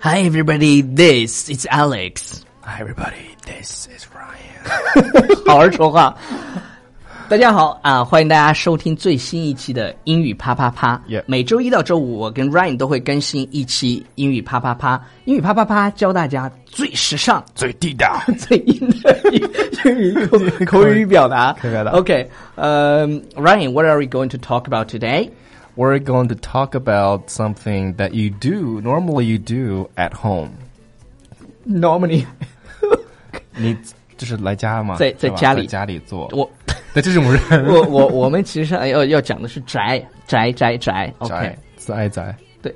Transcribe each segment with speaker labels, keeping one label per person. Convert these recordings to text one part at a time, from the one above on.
Speaker 1: Hi everybody, this is Alex。
Speaker 2: Hi everybody, this is Ryan。
Speaker 1: 好好说话。大家好啊，欢迎大家收听最新一期的英语啪啪啪。
Speaker 2: Yeah
Speaker 1: 每周一到周五，我跟 Ryan 都会更新一期英语啪啪啪。英语啪啪啪教大家最时尚、
Speaker 2: 最地道，
Speaker 1: 最硬的英语口口语表达。
Speaker 2: 口语表达
Speaker 1: OK，呃、r y a n w h a t are we going to talk about today？
Speaker 2: we're going to talk about something that you do normally you do at home。
Speaker 1: Normally，
Speaker 2: 你就是来家嘛，
Speaker 1: 在
Speaker 2: 是
Speaker 1: 在
Speaker 2: 吧
Speaker 1: 家里
Speaker 2: 在家里做。
Speaker 1: 我
Speaker 2: 在这种人，
Speaker 1: 我我我们其实要要讲的是宅宅宅宅，OK，
Speaker 2: 宅自爱宅，
Speaker 1: 对，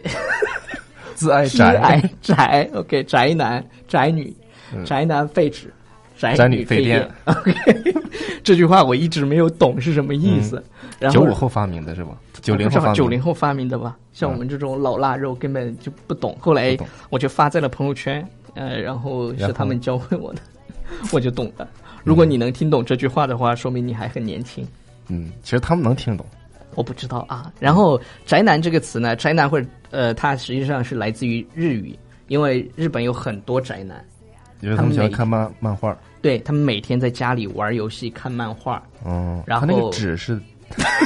Speaker 2: 自爱
Speaker 1: 宅
Speaker 2: 宅，
Speaker 1: 宅，OK，宅男宅女，宅男废纸，宅
Speaker 2: 宅
Speaker 1: 女
Speaker 2: 女
Speaker 1: 废
Speaker 2: 废
Speaker 1: 电
Speaker 2: 电
Speaker 1: ，OK，这 句话我一直没有懂是什么意思。然
Speaker 2: 九
Speaker 1: 嗯后
Speaker 2: 五后发明的是吧？九零后
Speaker 1: 正
Speaker 2: 发
Speaker 1: 好
Speaker 2: 明，
Speaker 1: 九零后发明的吧，像我们这种老腊肉根本就不懂。后来
Speaker 2: 不懂
Speaker 1: 我就发在了朋友圈，呃，然后嗯
Speaker 2: 然
Speaker 1: 是
Speaker 2: 后
Speaker 1: 他们教会我的， 我就懂了。如果你能听懂这句话的话，说明你还很年轻。
Speaker 2: 嗯，其实他们能听懂。
Speaker 1: 我不知道啊。然后“宅男”这个词呢，“宅男”或者呃，它实际上是来自于日语，因为日本有很多宅男，
Speaker 2: 因为他们喜
Speaker 1: 他们
Speaker 2: 欢
Speaker 1: 每
Speaker 2: 看漫漫画，
Speaker 1: 对他们每天在家里玩游戏、看漫画，
Speaker 2: 嗯，
Speaker 1: 然后
Speaker 2: 他那个纸是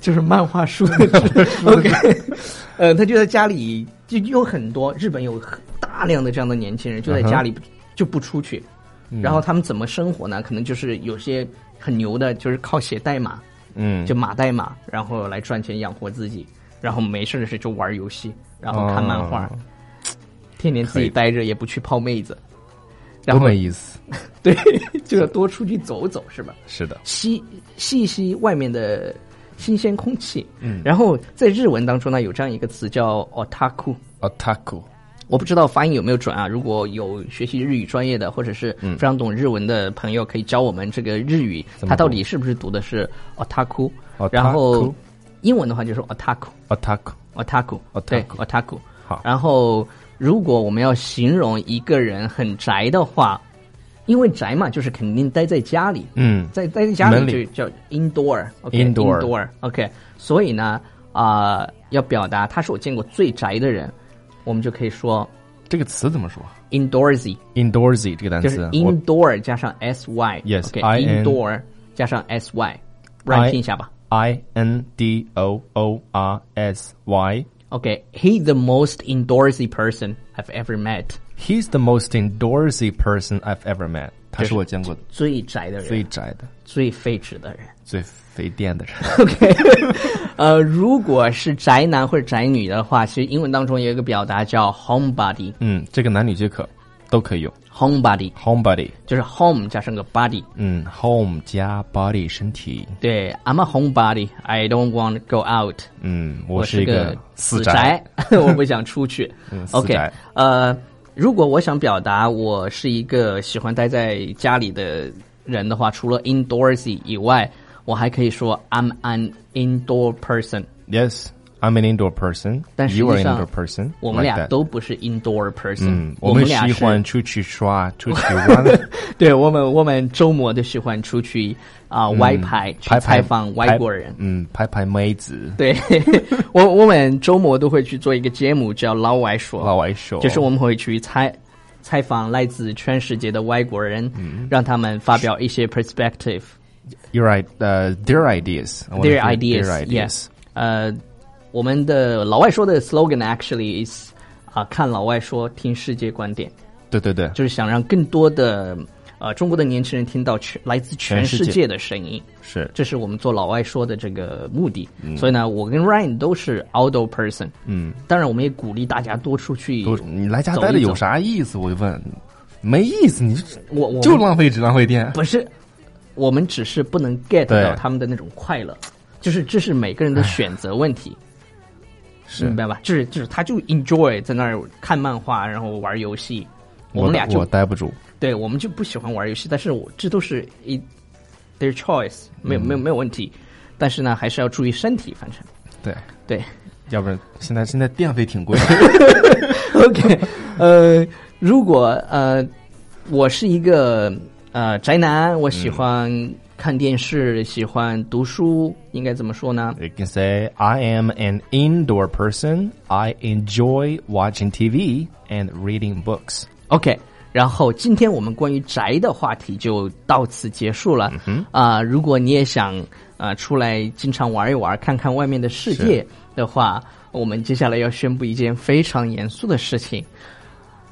Speaker 1: 就是漫画书的 纸 OK，呃，他就在家里就有很多日本有很大量的这样的年轻人就在家里就不出去，然后他们怎么生活呢？可能就是有些很牛的，就是靠写代码，
Speaker 2: 嗯，
Speaker 1: 就码代码，然后来赚钱养活自己，然后没事的时候就玩游戏，然后看漫画，
Speaker 2: 哦
Speaker 1: 天天自己
Speaker 2: 可以
Speaker 1: 待着也不去泡妹子，然
Speaker 2: 多
Speaker 1: 后
Speaker 2: 没意思。
Speaker 1: 对， 就要多出去走走是吧？
Speaker 2: 是的，
Speaker 1: 吸吸一吸外面的新鲜空气。嗯，然后在日文当中呢，有这样一个词叫 otaku。
Speaker 2: otaku
Speaker 1: 我不知道发音有没有准啊？如果有学习日语专业的，或者是非常懂日文的朋友，可以教我们这个日语，
Speaker 2: 嗯怎么
Speaker 1: 它到
Speaker 2: 读
Speaker 1: 底是不是读的是 otaku？
Speaker 2: Otaku
Speaker 1: 然后英文的话就是 otaku。
Speaker 2: otaku
Speaker 1: otaku，
Speaker 2: Otaku
Speaker 1: 对 otaku。
Speaker 2: 好
Speaker 1: 然后如果我们要形容一个人很宅的话，因为宅嘛，就是肯定待在家里，
Speaker 2: 嗯
Speaker 1: 在待在家里
Speaker 2: 门里
Speaker 1: 就叫 indoor，OK
Speaker 2: Indoor
Speaker 1: indoor，OK。所以呢，啊、要表达他是我见过最宅的人，我们就可以说
Speaker 2: 这个词怎么说
Speaker 1: indoorsy，
Speaker 2: ？indoorsy 这个单
Speaker 1: 就
Speaker 2: 词
Speaker 1: 是，
Speaker 2: 我
Speaker 1: indoor 加上 sy，OK、
Speaker 2: Yes，
Speaker 1: OK，
Speaker 2: I N-
Speaker 1: indoor 加上 sy，来听一下吧。
Speaker 2: I N D O O R S Y.
Speaker 1: OK，he、the most indoorsy person I've ever met。
Speaker 2: He's the most indoorsy person I've ever met. 他是我见过
Speaker 1: 最宅的人，
Speaker 2: 最宅的、
Speaker 1: 最废纸的人。
Speaker 2: 最肥电的人。
Speaker 1: 呃，如果是宅男或者宅女的话，其实英文当中有一个表达叫 homebody，homebody
Speaker 2: 嗯，这个男女皆可，都可以用。Homebody，
Speaker 1: 就是 home 加上个 body。
Speaker 2: 嗯，home 加 body 身体。
Speaker 1: 对，I'm a homebody，I don't want to go out。
Speaker 2: 嗯，
Speaker 1: 我
Speaker 2: 我
Speaker 1: 是
Speaker 2: 是一
Speaker 1: 个
Speaker 2: 死
Speaker 1: 宅
Speaker 2: 宅。，嗯
Speaker 1: 我不想出 去。
Speaker 2: 死
Speaker 1: OK，
Speaker 2: 宅
Speaker 1: 呃，如果我想表达我是一个喜欢待在家里的人的话，除了 indoorsy 以外，我还可以说 I'm an indoor person。
Speaker 2: Yes, I'm an indoor person.
Speaker 1: 但实
Speaker 2: you are
Speaker 1: 际
Speaker 2: an
Speaker 1: 上
Speaker 2: indoor person.
Speaker 1: 我们俩
Speaker 2: like that.
Speaker 1: 都不是 indoor person，、
Speaker 2: 嗯，
Speaker 1: 我
Speaker 2: 我们
Speaker 1: 俩
Speaker 2: 喜
Speaker 1: 是，
Speaker 2: 欢出去刷，出去玩。
Speaker 1: 对我们我们周末都喜欢出去啊、外派 去
Speaker 2: 嗯拍
Speaker 1: 采
Speaker 2: 拍
Speaker 1: 访
Speaker 2: 拍
Speaker 1: 外国人。
Speaker 2: 嗯，拍拍妹子，
Speaker 1: 对， 我我们周末都会去做一个节目叫“老外说”，
Speaker 2: 老外说
Speaker 1: 就是我们会去采采访来自全世界的外国人，
Speaker 2: 嗯
Speaker 1: 让他们发表一些 perspective、
Speaker 2: You're right. Uh, their ideas. I wanna
Speaker 1: their
Speaker 2: hear
Speaker 1: ideas,
Speaker 2: Their ideas.
Speaker 1: yes. 呃，我们的老外说的 slogan actually is 啊、看老外说，听世界观点。
Speaker 2: 对对对，
Speaker 1: 就是想让更多的呃中国的年轻人听到全来自全世界的声音，
Speaker 2: 是嗯
Speaker 1: 这是我们做老外说的这个目的。所以呢，我跟 Ryan 都是 outdoor person，嗯，当然我们也鼓励大家多出去。
Speaker 2: 我你来家待着有啥意思？我就问，没意思，你
Speaker 1: 我我们
Speaker 2: 就浪费纸浪费电。
Speaker 1: 不是，我们只是不能 get
Speaker 2: 对
Speaker 1: 到他们的那种快乐，就是这是每个人的选择问题。
Speaker 2: 是
Speaker 1: 明白吧？就是就是，他就 enjoy 在那儿看漫画，然后玩游戏。我们俩就
Speaker 2: 我待不住，
Speaker 1: 对我们就不喜欢玩游戏，但是我这都是一 their choice，没有没
Speaker 2: 嗯
Speaker 1: 有没有问题，但是呢，还是要注意身体，反正
Speaker 2: 对，
Speaker 1: 对。
Speaker 2: 要不然现在现在电费挺贵。
Speaker 1: OK，呃，如果呃，我是一个呃宅男，我喜欢看电视，喜欢读书，应该怎么说呢？
Speaker 2: You can say, I am an indoor person. I enjoy watching TV and reading books.
Speaker 1: OK，然后今天我们关于宅的话题就到此结束了。啊、如果你也想啊、出来经常玩一玩，看看外面的世界的话，我们接下来要宣布一件非常严肃的事情。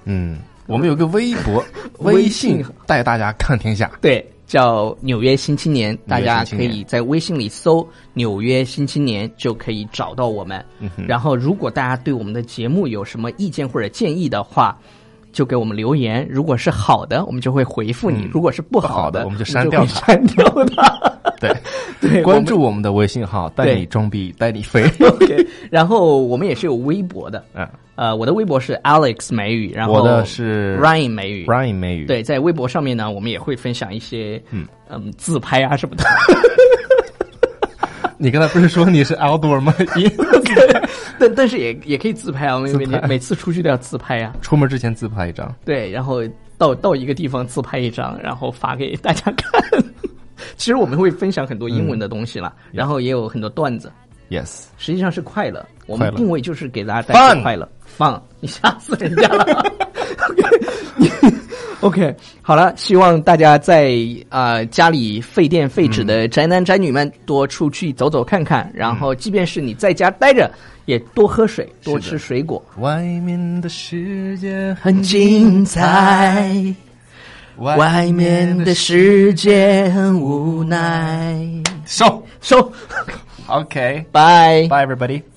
Speaker 2: 嗯，我们有个微博、
Speaker 1: 微
Speaker 2: 微
Speaker 1: 信
Speaker 2: 信带大家看天下。
Speaker 1: 对，叫《纽约新青年》，大家可以在微信里搜“纽约新青年”就可以找到我们。
Speaker 2: 嗯
Speaker 1: 然后，如果大家对我们的节目有什么意见或者建议的话，就给我们留言。如果是好的，我们就会回复你；如果是不好
Speaker 2: 嗯不好的
Speaker 1: 的，
Speaker 2: 我们
Speaker 1: 就
Speaker 2: 就删掉
Speaker 1: 会
Speaker 2: 它
Speaker 1: 删掉它。
Speaker 2: 对，
Speaker 1: 对，
Speaker 2: 关注我们的微信号，带
Speaker 1: 对
Speaker 2: 你装逼，带你 飞。
Speaker 1: 我们。OK，然后我们也是有微博的。
Speaker 2: 嗯，
Speaker 1: 呃，我的微博是 Alex 美语，然后
Speaker 2: 我的是
Speaker 1: Ryan 美语。
Speaker 2: Brian 美语。
Speaker 1: 对，在微博上面呢，我们也会分享一些嗯自拍啊什么的。
Speaker 2: 你刚才不是说你是 outdoor 吗？一
Speaker 1: 但但是也也可以自拍啊，每每
Speaker 2: 自拍
Speaker 1: 每次出去都要自拍呀、
Speaker 2: 出门之前自拍一张。
Speaker 1: 对，然后到到一个地方自拍一张，然后发给大家看。 其实我们会分享很多英文的东西啦，
Speaker 2: 嗯
Speaker 1: 然后也有很多段子，
Speaker 2: Yes，
Speaker 1: 实际上是快乐。我们
Speaker 2: 快乐
Speaker 1: 定位就是给大家带来
Speaker 2: Fun
Speaker 1: 快乐，放 你吓死人家了。OK，好了，希望大家在啊、呃家里费电费纸
Speaker 2: 嗯
Speaker 1: 的宅男宅女们多出去走走看看，然后即便是你在家待着，也多喝水，多
Speaker 2: 是
Speaker 1: 吃
Speaker 2: 的
Speaker 1: 水果。
Speaker 2: 外面的世界
Speaker 1: 很精彩，外面的世界很无奈。
Speaker 2: 收。
Speaker 1: 收，
Speaker 2: Okay.
Speaker 1: 拜。
Speaker 2: Bye everybody.